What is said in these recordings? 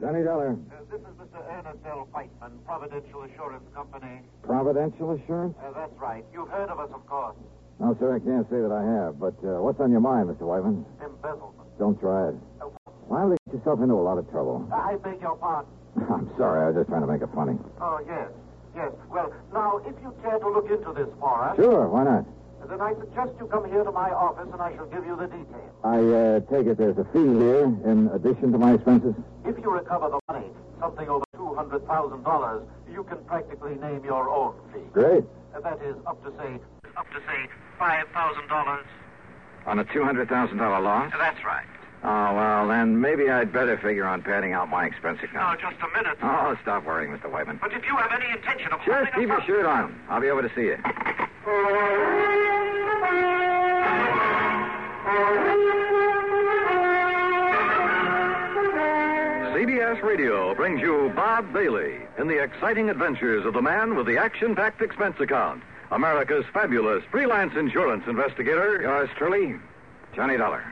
Johnny Dollar, Uh, this is Mr. Ernest L. Whiteman, Providential Assurance Company. Providential Assurance? Uh, that's right. You've heard of us, of course. No, sir, I can't say that I have. But uh, what's on your mind, Mr. Wyvern? Embezzlement. Don't try it. Why well, get yourself into a lot of trouble? Uh, I beg your pardon. I'm sorry. I was just trying to make it funny. Oh, yes. Yes. Well, now, if you care to look into this for us, Sure, why not? then I suggest you come here to my office and I shall give you the details. I uh, take it there's a fee here in addition to my expenses. If you recover the money, something over $200,000, you can practically name your own fee. Great. Uh, that is up to say, up to say, $5,000. On a two hundred thousand dollar loss? That's right. Oh well, then maybe I'd better figure on padding out my expense Now, account. just a minute. Oh, stop worrying, Mr. Wyman. But if you have any intention of Just holding keep a your shirt on. I'll be over to see you. CBS Radio brings you Bob Bailey in the exciting adventures of the man with the action packed expense account. America's fabulous freelance insurance investigator. Yours truly, Johnny Dollar.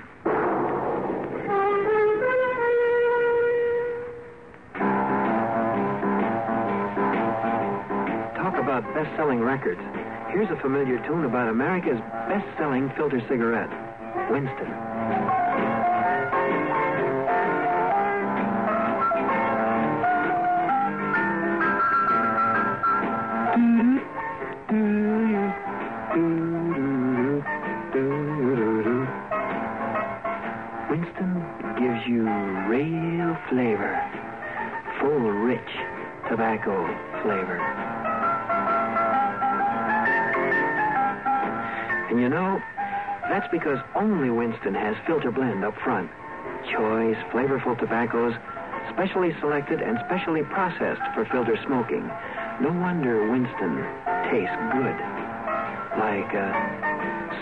Talk about best selling records. Here's a familiar tune about America's best selling filter cigarette, Winston. Winston gives you real flavor, full, rich tobacco flavor. And you know, that's because only Winston has filter blend up front. Choice, flavorful tobaccos, specially selected and specially processed for filter smoking. No wonder Winston tastes good. Like a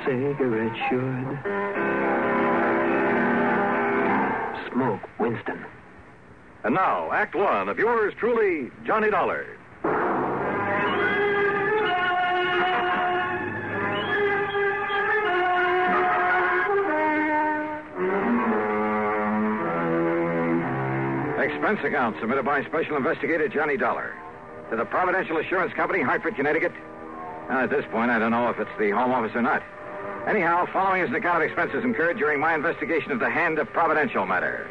cigarette should. Smoke Winston. And now, Act One of yours truly, Johnny Dollar. Expense account submitted by Special Investigator Johnny Dollar to the Providential Assurance Company, Hartford, Connecticut. Now, at this point, I don't know if it's the Home Office or not. Anyhow, following is an account of expenses incurred during my investigation of the Hand of Providential matter.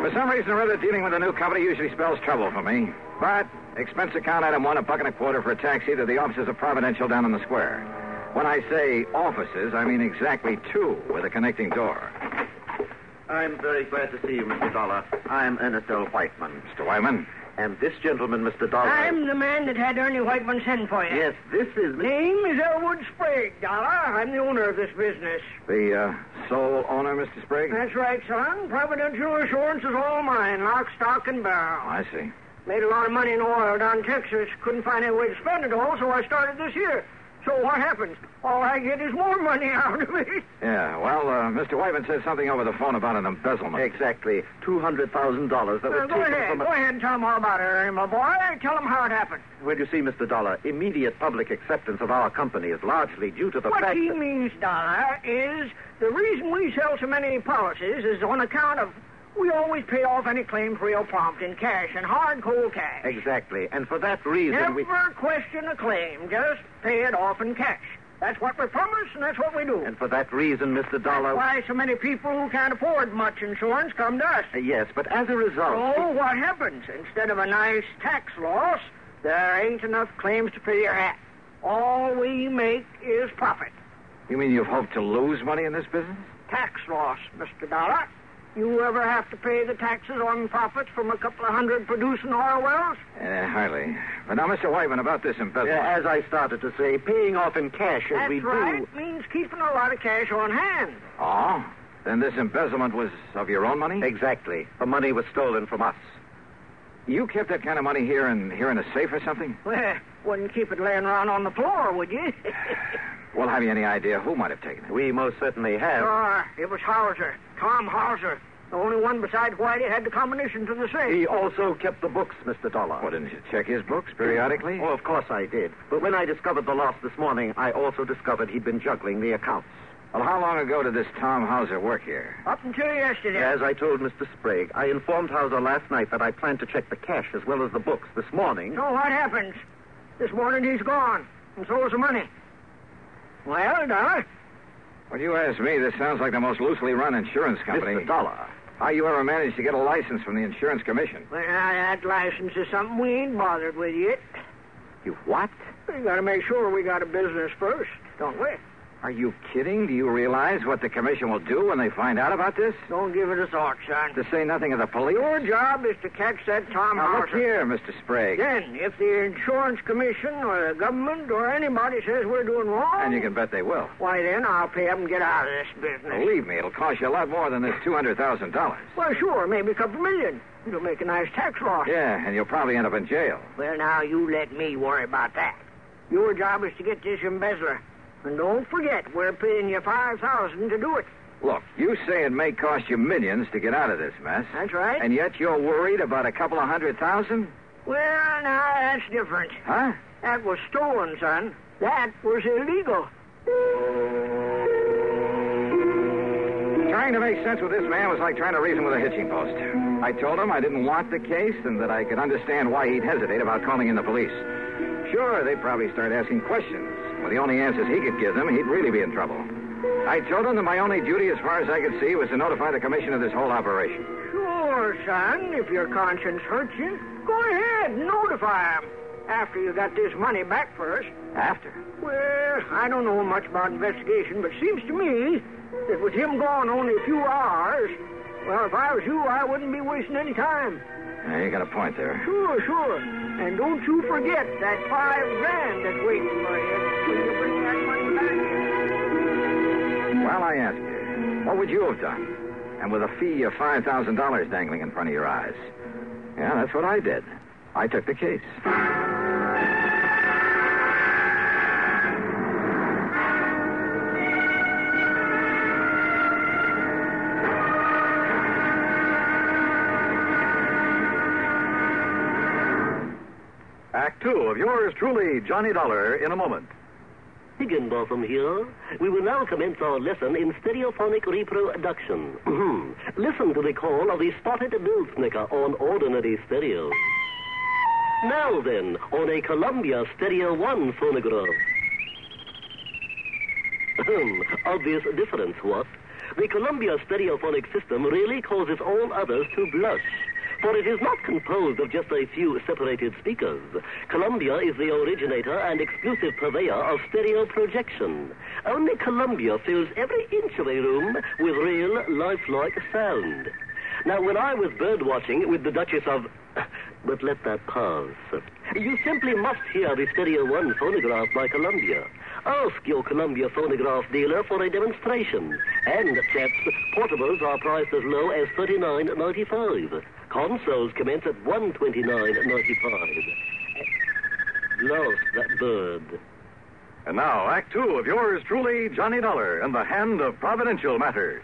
For some reason or other, dealing with a new company usually spells trouble for me. But expense account item one, a buck and a quarter for a taxi to the offices of Providential down in the square. When I say offices, I mean exactly two with a connecting door. I'm very glad to see you, Mr. Dollar. I'm Ernest L. Whiteman. Mr. Wyman, And this gentleman, Mr. Dollar. I'm the man that had Ernie Whiteman send for you. Yes, this is Mr. Name is Elwood Sprague, Dollar. I'm the owner of this business. the uh, sole owner, Mr. Sprague? That's right, son. Providential Assurance is all mine, lock, stock, and Oh, barrel. I see. Made a lot of money in oil down in Texas. Couldn't find any way to spend it all, so I started this here. So what happens? All I get is more money out of it. Yeah, well, uh, Mr. Wyman said something over the phone about an embezzlement. Exactly. $200,000 that Uh, was go taken ahead. from a... Go ahead and tell them all about it, Ernie, my boy. Tell them how it happened. Well, you see, Mr. Dollar, immediate public acceptance of our company is largely due to the What fact he that... means, Dollar, is the reason we sell so many policies is on account of we always pay off any claims real prompt in cash and hard cold cash. Exactly. And for that reason, Never we... question a claim, just pay it off in cash. That's what we promise, and that's what we do. And for that reason, Mr. Dollar... Why so many people who can't afford much insurance come to us? Uh, Yes, but as a result... So what happens? Instead of a nice tax loss, there ain't enough claims to pay your hat. All we make is profit. You mean you've hoped to lose money in this business? tax loss, Mr. Dollar. You ever have to pay the taxes on profits from a couple of hundred producing oil wells? Uh, hardly. But now, Mr. Wyman, about this uh, embezzlement. as I started to say, paying off in cash as That's we right. do... Means keeping a lot of cash on hand. Oh? Then this embezzlement was of your own money? Exactly. The money was stolen from us. You kept that kind of money here in here in a safe or something? Well, wouldn't keep it laying around on the floor, would you? Well, have you any idea who might have taken it? Uh, We most certainly have. Sure. It was Hauser, Tom Hauser. The only one besides Whitey had the combination to the safe. He also kept the books, Mr. Dollar. Well, didn't you check his books periodically? Oh, of course I did. But when I discovered the loss this morning, I also discovered he'd been juggling the accounts. Well, how long ago did this Tom Hauser work here? Up until yesterday. As I told Mr. Sprague, I informed Hauser last night that I planned to check the cash as well as the books this morning. So what happens? This morning he's gone, and so is the money. Well, Dollar, When you ask me, this sounds like the most loosely run insurance company. Mr. Dollar. How you ever managed to get a license from the insurance commission? well, that license is something we ain't bothered with yet. You what? We gotta make sure we got a business first, don't we? Are you kidding? Do you realize what the commission will do when they find out about this? Don't give it a thought, son. To say nothing of the police. Your job is to catch that Tom Now, look Hauser. here, Mr. Sprague. Then, if the insurance commission or the government or anybody says we're doing wrong, And you can bet they will. why then I'll pay up and get out of this business. Believe me, it'll cost you a lot more than this $200,000. Well, sure, maybe a couple million. It'll make a nice tax loss. Yeah, and you'll probably end up in jail. Well, now you let me worry about that. Your job is to get this embezzler, and don't forget we're paying you five thousand to do it. Look, you say it may cost you millions to get out of this mess. That's right. And yet you're worried about a couple of hundred thousand? Well, now that's different. Huh? That was stolen, son. That was illegal. Trying to make sense with this man was like trying to reason with a hitching post. I told him I didn't want the case and that I could understand why he'd hesitate about calling in the police. Sure, they'd probably start asking questions. With the only answers he could give them, he'd really be in trouble. I told him that my only duty, as far as I could see, was to notify the commission of this whole operation. Sure, son. If your conscience hurts you, go ahead, notify 'em. After you got this money back first. After? Well, I don't know much about investigation, but it seems to me that with him gone only a few hours, well, if I was you, I wouldn't be wasting any time. Now, Uh, you got a point there. Sure, sure. And don't you forget that five grand that's waiting for you. Will you bring that money back? Well, I ask you, what would you have done? And with a fee of $5,000 dangling in front of your eyes. Yeah, that's what I did. I took the case. Act two of yours truly, Johnny Dollar, in a moment. Higginbotham here. We will now commence our lesson in stereophonic reproduction. Listen to the call of the spotted bill-snicker on ordinary stereo. Now then, on a Columbia Stereo 1 phonograph. Ahem. Obvious difference, what? The Columbia stereophonic system really causes all others to blush. For it is not composed of just a few separated speakers. Columbia is the originator and exclusive purveyor of stereo projection. Only Columbia fills every inch of a room with real, lifelike sound. Now, when I was birdwatching with the Duchess of. But let that pass. You simply must hear the Stereo 1 phonograph by Columbia. Ask your Columbia phonograph dealer for a demonstration. And, chaps, portables are priced as low as thirty-nine ninety-five. Consoles commence at one twenty-nine ninety-five. Lost that bird. And now, Act Two of yours truly, Johnny Dollar, and the Hand of Providential Matter.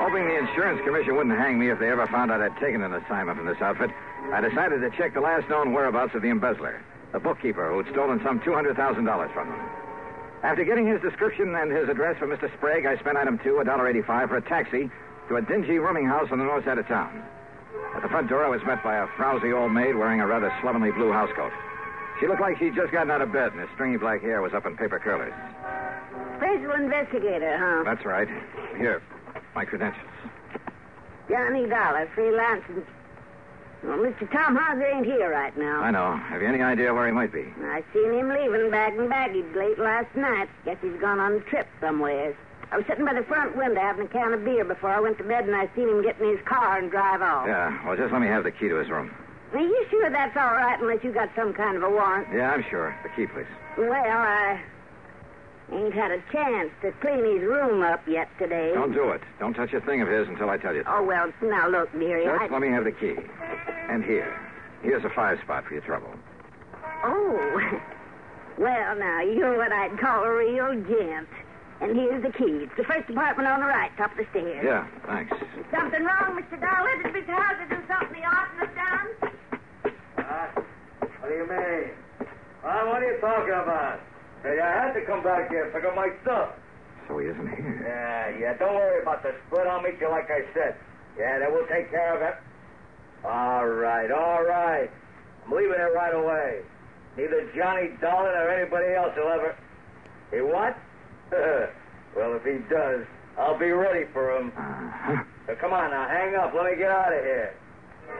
Hoping the insurance commission wouldn't hang me if they ever found out I'd taken an assignment from this outfit, I decided to check the last known whereabouts of the embezzler, the bookkeeper who'd stolen some $200,000 from them. After getting his description and his address from Mr. Sprague, I spent item two, $1.85, for a taxi to a dingy rooming house on the north side of town. At the front door, I was met by a frowsy old maid wearing a rather slovenly blue housecoat. She looked like she'd just gotten out of bed, and her stringy black hair was up in paper curlers. Special investigator, huh? That's right. Here, my credentials. Johnny Dollar, freelance. and- Well, Mr. Tom Hauser ain't here right now. I know. Have you any idea where he might be? I seen him leaving bag and baggage late last night. Guess he's gone on a trip somewheres. I was sitting by the front window having a can of beer before I went to bed, and I seen him get in his car and drive off. Yeah, well, just let me have the key to his room. Are you sure that's all right unless you got some kind of a warrant? Yeah, I'm sure. The key, please. Well, I ain't had a chance to clean his room up yet today. Don't do it. Don't touch a thing of his until I tell you. to. Oh, well, now look, dearie. just I... let me have the key. And here. Here's a five spot for your trouble. Oh. Well, now, you're what I'd call a real gent. And here's the key. It's the first apartment on the right, top of the stairs. Yeah, thanks. Something wrong, Mr. Dollar? Did Mr. Hauser do something he oughtn't have done? Uh, what do you mean? what are you talking about? Hey, I had to come back here and pick up my stuff. So he isn't here. Yeah, yeah, don't worry about the split. I'll meet you like I said. Yeah, that will take care of it. All right, all right. I'm leaving it right away. Neither Johnny Dolan or anybody else will ever. He what? well, if he does, I'll be ready for him. Uh-huh. So come on now, hang up. Let me get out of here.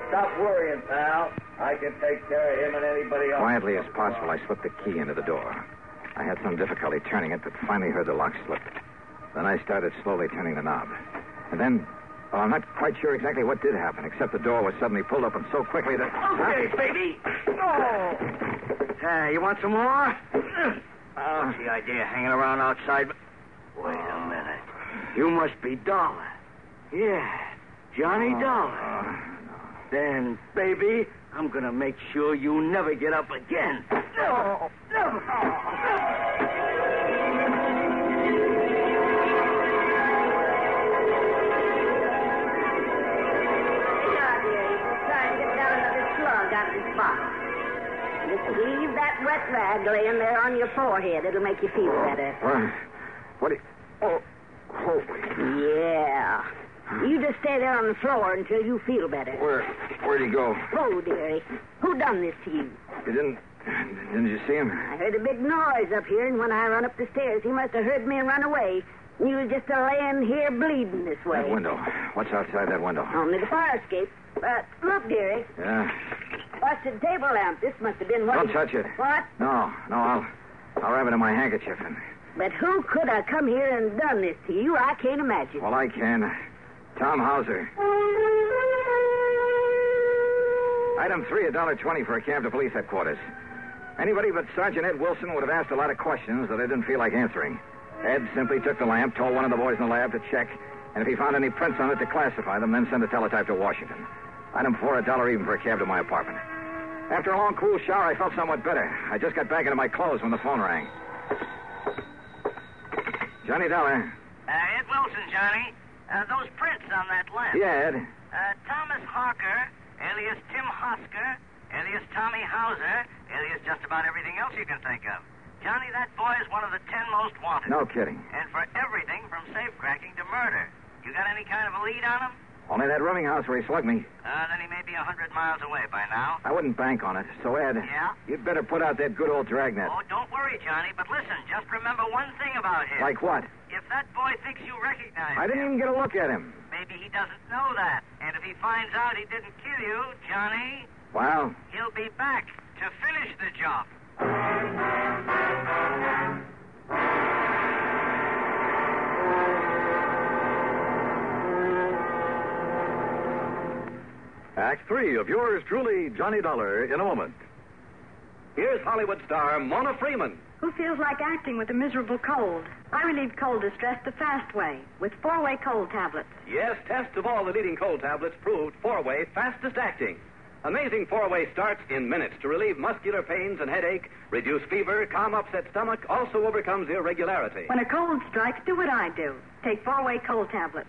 Stop worrying, pal. I can take care of him and anybody else. Quietly as possible, I slipped the key into the door. I had some difficulty turning it, but finally heard the lock slip. Then I started slowly turning the knob. And then, well, I'm not quite sure exactly what did happen, except the door was suddenly pulled open so quickly that. Okay, baby. Oh. Hey, you want some more? Uh, Oh, the idea hanging around outside. Wait a minute. You must be Dollar. Yeah, Johnny Oh, Dollar. Then, baby, I'm gonna make sure you never get up again. No, never. Now, dearie, try and get down another slug out of this bottle. Just leave that wet rag laying there on your forehead. It'll make you feel better. What? Oh. What? do you- Oh, holy. Yeah. You just stay there on the floor until you feel better. Where? Where'd he go? Oh, dearie, who done this to you? You didn't. Didn't you see him? I heard a big noise up here, and when I run up the stairs, he must have heard me and run away. You was just a laying here bleeding this way. That window. What's outside that window? Only the fire escape. But look, dearie, Yeah. busted table lamp. This must have been one. Don't touch it. What? No, no, I'll. I'll wrap it in my handkerchief and. But who could have come here and done this to you? I can't imagine. Well, I can. Tom Hauser. Uh, Item three, a dollar twenty for a cab to police headquarters. Anybody but Sergeant Ed Wilson would have asked a lot of questions that I didn't feel like answering. Ed simply took the lamp, told one of the boys in the lab to check, and if he found any prints on it, to classify them, then send a teletype to Washington. Item four, a dollar even for a cab to my apartment. After a long, cool shower, I felt somewhat better. I just got back into my clothes when the phone rang. Johnny Dollar. Uh, Ed Wilson, Johnny. Uh, those prints on that lamp. Yeah, Ed. Uh, Thomas Hawker, alias Tim Hosker, alias Tommy Hauser, alias just about everything else you can think of. Johnny, that boy is one of the ten most wanted. No kidding. And for everything from safecracking to murder. You got any kind of a lead on him? Only that rooming house where he slugged me. Uh, then he may be a hundred miles away by now. I wouldn't bank on it. So, Ed, Yeah? you'd better put out that good old dragnet. Oh, don't worry, Johnny, but listen, just remember one thing about him. Like what? If that boy thinks you recognize I didn't him, even get a look at him. maybe he doesn't know that. And if he finds out he didn't kill you, Johnny, Well, He'll be back to finish the job. Act three of yours truly, Johnny Dollar, in a moment. Here's Hollywood star Mona Freeman. Who feels like acting with a miserable cold? I relieve cold distress the fast way with four way cold tablets. Yes, tests of all the leading cold tablets proved four-way fastest acting. Amazing four-way starts in minutes to relieve muscular pains and headache, reduce fever, calm upset stomach, also overcomes irregularity. When a cold strikes, do what I do take four way cold tablets.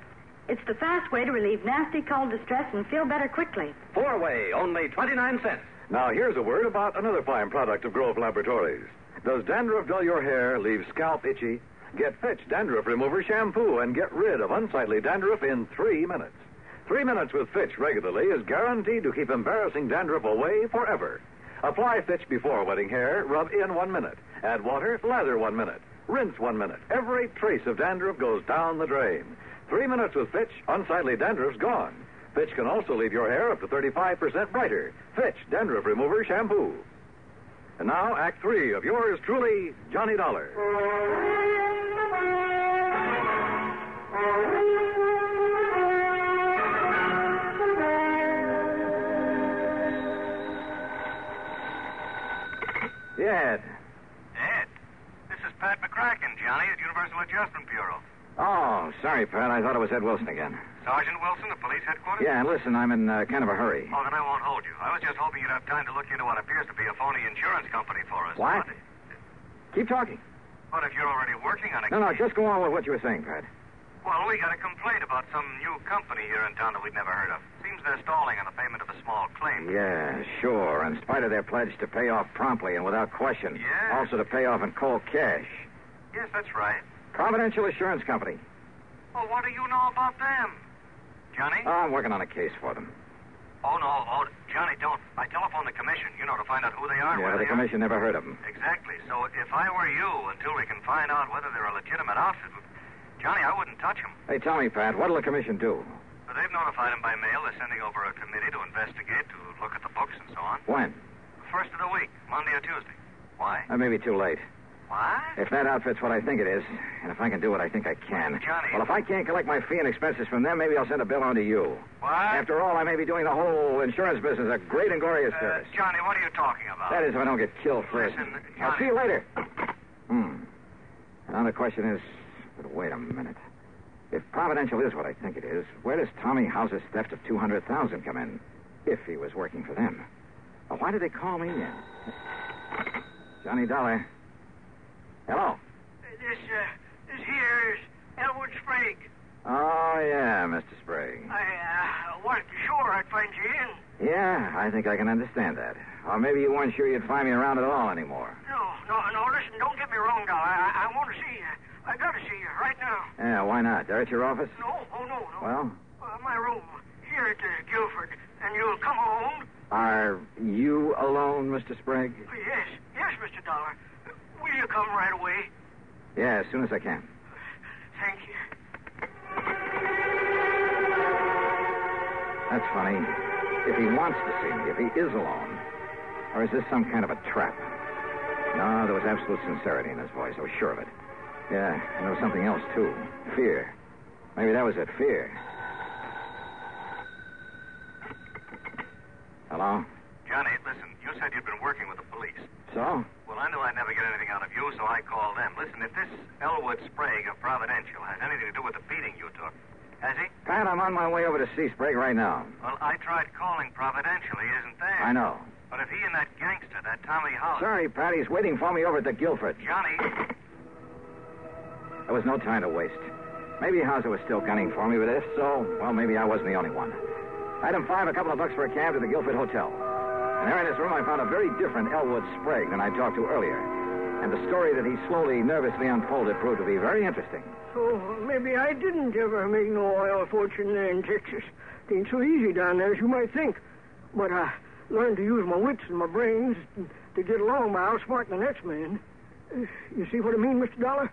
It's the fast way to relieve nasty cold distress and feel better quickly. Four-way, only 29 cents. Now, here's a word about another fine product of Grove Laboratories. Does dandruff dull your hair, leave scalp itchy? Get Fitch Dandruff Remover Shampoo and get rid of unsightly dandruff in three minutes. Three minutes with Fitch regularly is guaranteed to keep embarrassing dandruff away forever. Apply Fitch before wetting hair, rub in one minute, add water, lather one minute, rinse one minute. Every trace of dandruff goes down the drain. Three minutes with Fitch, unsightly dandruff's gone. Fitch can also leave your hair up to 35% brighter. Fitch Dandruff Remover Shampoo. And now, Act Three of yours truly, Johnny Dollar. yeah, Ed. Ed, this is Pat McCracken, Johnny, at Universal Adjustment Bureau. Oh, sorry, Pat. I thought it was Ed Wilson again. Sergeant Wilson of Police Headquarters? Yeah, and listen, I'm in uh, kind of a hurry. Oh, then I won't hold you. I was just hoping you'd have time to look into what appears to be a phony insurance company for us. What? Keep talking. But if you're already working on a No, no, case- just go on with what you were saying, Pat. Well, we got a complaint about some new company here in town that we'd never heard of. Seems Seems they're stalling on the payment of the small claim. Yeah, sure. In spite of their pledge to pay off promptly and without question. Yeah. Also to pay off in cold cash. Yes, that's right. Providential Assurance Company. Well, what do you know about them? Johnny? Oh, I'm working on a case for them. Oh, no. Oh, Johnny, don't. I telephoned the commission, you know, to find out who they are. and yeah, where but the they are. commission never heard of them. Exactly. So if I were you, until we can find out whether they're a legitimate outfit, Johnny, I wouldn't touch them. Hey, tell me, Pat, what'll the commission do? But they've notified him by mail. They're sending over a committee to investigate, to look at the books and so on. When? First of the week, Monday or Tuesday. Why? That may be too late. Why? If that outfit's what I think it is, and if I can do what I think I can. Johnny. Well, if I can't collect my fee and expenses from them, maybe I'll send a bill on to you. Why? After all, I may be doing the whole insurance business a great and glorious Uh, service. Johnny, what are you talking about? That is, if I don't get killed first. Listen, I'll Johnny. see you later. Hmm. Now the question is, but wait a minute. If Providential is what I think it is, where does Tommy House's theft of two hundred thousand come in? If he was working for them, Well, why did they call me in? Johnny Dollar. Hello. This, uh, this here is Elwood Sprague. Oh yeah, Mr. Sprague. I uh, wasn't sure I'd find you in. Yeah, I think I can understand that. Or maybe you weren't sure you'd find me around at all anymore. No, no, no, listen, don't get me wrong, Dollar. I, I want to see you. I got to see you right now. Yeah, why not? They're at your office. No, oh, no, no. Well, Uh, my room here at uh, Guilford. And you'll come home? Oh, are you alone, Mr. Sprague? Yes, yes, Mr. Dollar. Will you come right away? Yeah, as soon as I can. Thank you. That's funny. If he wants to see me, if he is alone, or is this some kind of a trap? No, there was absolute sincerity in his voice. I was sure of it. Yeah, and there was something else, too. Fear. Maybe that was it. Fear. Hello? Johnny, listen, you said you'd been working with the police. So? Well, I knew I'd never get anything out of you, so I called them. Listen, if this Elwood Sprague of Providential has anything to do with the beating you took, has he? Pat, I'm on my way over to see Sprague right now. Well, I tried calling Providential. He isn't there. I know. But if he and that gangster, that Tommy House. Sorry, Pat, he's waiting for me over at the Guilford. Johnny. There was no time to waste. Maybe Hauser was still gunning for me, but if so, well, maybe I wasn't the only one. Item five, a couple of bucks for a cab to the Guilford Hotel. And there in his room, I found a very different Elwood Sprague than I talked to earlier. And the story that he slowly, nervously unfolded proved to be very interesting. So Oh, maybe I didn't ever make no oil fortune there in Texas. It ain't so easy down there as you might think. But I learned to use my wits and my brains to get along by outsmarting the next man. Uh, You see what I mean, Mr. Dollar?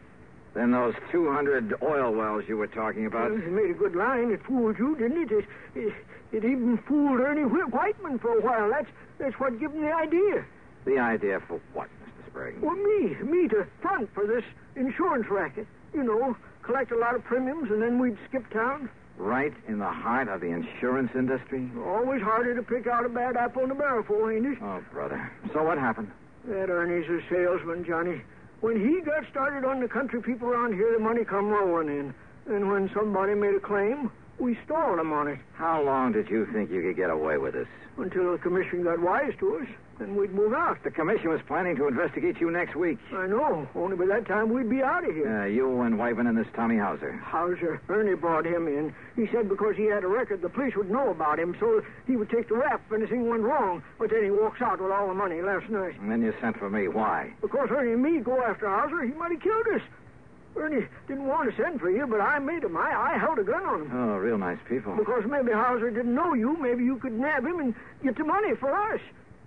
Then those 200 oil wells you were talking about. Well, it made a good line. It fooled you, didn't it? It, it, it even fooled Ernie Whi- Whiteman for a while. That's, that's what gave him the idea. The idea for what, Mr. Sprague? Well, me, me to front for this insurance racket. You know, collect a lot of premiums and then we'd skip town. Right in the heart of the insurance industry? Always harder to pick out a bad apple in a barrel for, ain't it? Oh, brother. So what happened? That Ernie's a salesman, Johnny. When he got started on the country people around here, the money come rolling in. And when somebody made a claim, we stalled him on it How long did you think you could get away with this? until the commission got wise to us. Then we'd move out. The commission was planning to investigate you next week. I know. Only by that time we'd be out of here. Uh, you and Wyvern and this Tommy Hauser. Hauser, Ernie brought him in. He said because he had a record, the police would know about him, so he would take the rap if anything went wrong. But then he walks out with all the money last night. And then you sent for me. Why? Because Ernie and me go after Hauser, he might have killed us. Ernie didn't want to send for you, but I made him. I, I held a gun on him. Oh, real nice people. Because maybe Hauser didn't know you. Maybe you could nab him and get the money for us.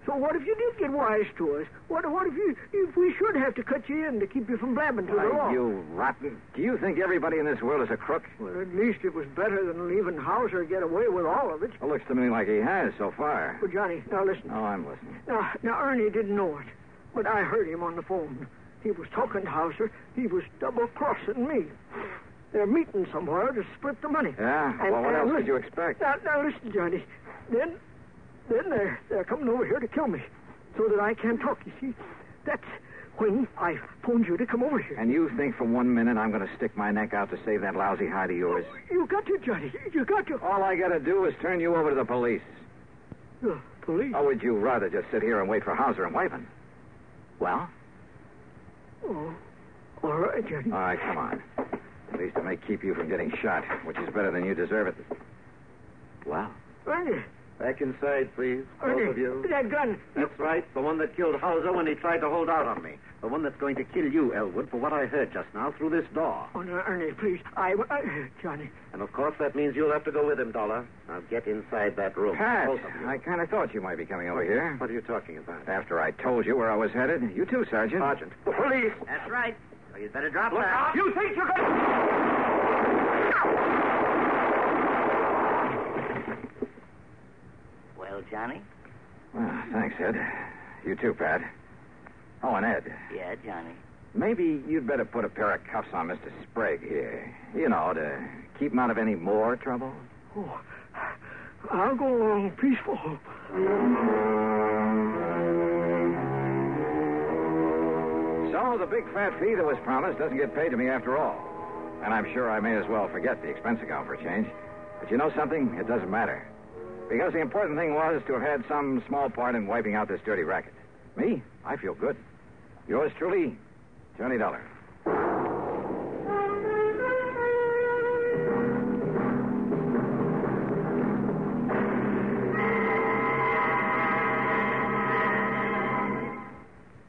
So what if you did get wise to us? What, what if you if we should have to cut you in to keep you from blabbing to Why, the law? you rotten. Do you think everybody in this world is a crook? Well, at least it was better than leaving Hauser get away with all of it. It looks to me like he has so far. Well, Johnny, now listen. Oh, I'm listening. Now, now, Ernie didn't know it, but I heard him on the phone. He was talking to Hauser. He was double crossing me. They're meeting somewhere to split the money. Yeah? And- well, what and else listen, did you expect? Now, now listen, Johnny. Then, then they're they're coming over here to kill me, so that I can't talk. You see, that's when I phoned you to come over here. And you think for one minute I'm going to stick my neck out to save that lousy hide of yours? Oh, You got to, Johnny. You got to. All I got to do is turn you over to the police. The police. Or would you rather just sit here and wait for Hauser and Wyvern? Well? Oh, all right, Johnny. All right, come on. At least it may keep you from getting shot, which is better than you deserve it. Well? Right. Back inside, please. Both of Oh, you. That gun. That's right. The one that killed Hauser when he tried to hold out on me. The one that's going to kill you, Elwood, for what I heard just now through this door. Oh, no, Ernie, please. I, uh, I- Johnny. And of course, that means you'll have to go with him, Dollar. Now get inside that room. Pat, Both of you. I kind of thought you might be coming over here. What are you talking about? After I told you where I was headed. You too, Sergeant. Sergeant. The police. That's right. So you'd better drop Look that. out. You think you're going Well, Johnny? Well, Ah, thanks, Ed. You too, Pat. Oh, and Ed, Yeah, Johnny. maybe you'd better put a pair of cuffs on Mr. Sprague here. You know, to keep him out of any more trouble. Oh, I'll go along peaceful. So the big fat fee that was promised doesn't get paid to me after all. And I'm sure I may as well forget the expense account for a change. But you know something? It doesn't matter. Because the important thing was to have had some small part in wiping out this dirty racket. Me? I feel good. Yours truly, Johnny Dollar.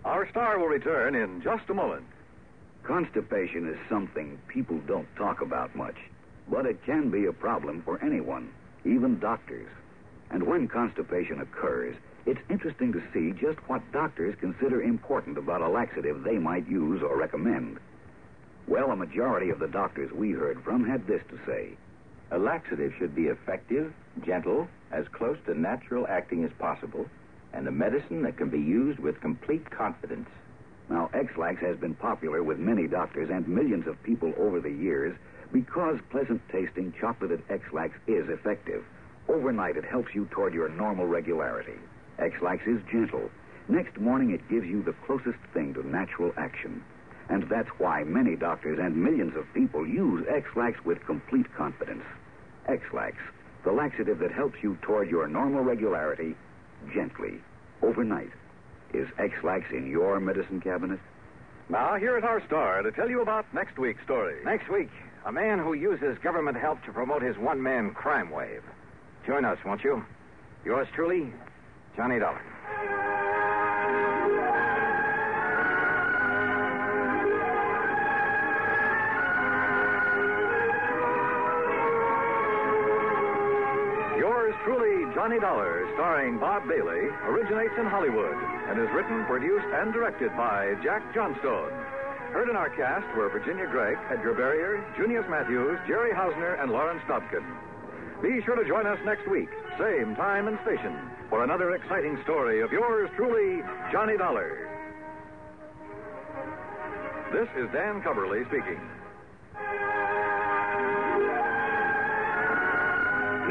Our star will return in just a moment. Constipation is something people don't talk about much, but it can be a problem for anyone, even doctors. And when constipation occurs, it's interesting to see just what doctors consider important about a laxative they might use or recommend. Well, a majority of the doctors we heard from had this to say. A laxative should be effective, gentle, as close to natural acting as possible, and a medicine that can be used with complete confidence. Now, X-Lax has been popular with many doctors and millions of people over the years because pleasant-tasting chocolated X-Lax is effective. Overnight, it helps you toward your normal regularity. X-Lax is gentle. Next morning, it gives you the closest thing to natural action. And that's why many doctors and millions of people use X-Lax with complete confidence. X-Lax, the laxative that helps you toward your normal regularity, gently, overnight. Is X-Lax in your medicine cabinet? Now, here is our star to tell you about next week's story. Next week, a man who uses government help to promote his one man crime wave. Join us, won't you? Yours truly, Johnny Dollar. Yours truly, Johnny Dollar, starring Bob Bailey, originates in Hollywood and is written, produced, and directed by Jack Johnstone. Heard in our cast were Virginia Gregg, Edgar Barrier, Junius Matthews, Jerry Hausner, and Lawrence Dobkin. Be sure to join us next week, same time and station, for another exciting story of yours truly, Johnny Dollar. This is Dan Coverly speaking.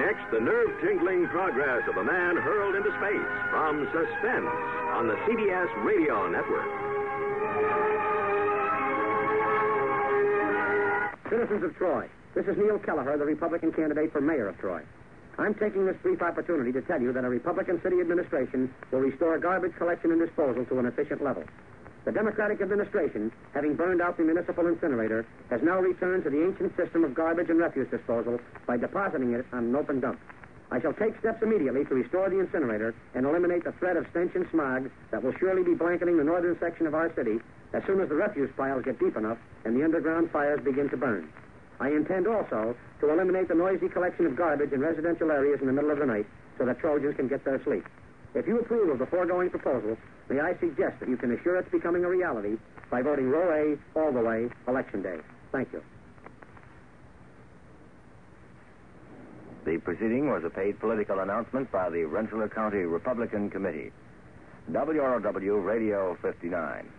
Next, the nerve tingling progress of a man hurled into space from Suspense on the CBS Radio Network. Citizens of Troy, this is Neil Kelleher, the Republican candidate for mayor of Troy. I'm taking this brief opportunity to tell you that a Republican city administration will restore garbage collection and disposal to an efficient level. The Democratic administration, having burned out the municipal incinerator, has now returned to the ancient system of garbage and refuse disposal by depositing it on an open dump. I shall take steps immediately to restore the incinerator and eliminate the threat of stench and smog that will surely be blanketing the northern section of our city as soon as the refuse piles get deep enough and the underground fires begin to burn. I intend also to eliminate the noisy collection of garbage in residential areas in the middle of the night so that Trojans can get their sleep. If you approve of the foregoing proposal, may I suggest that you can assure its becoming a reality by voting row A all the way election day. Thank you. The proceeding was a paid political announcement by the Rensselaer County Republican Committee. WROW Radio 59.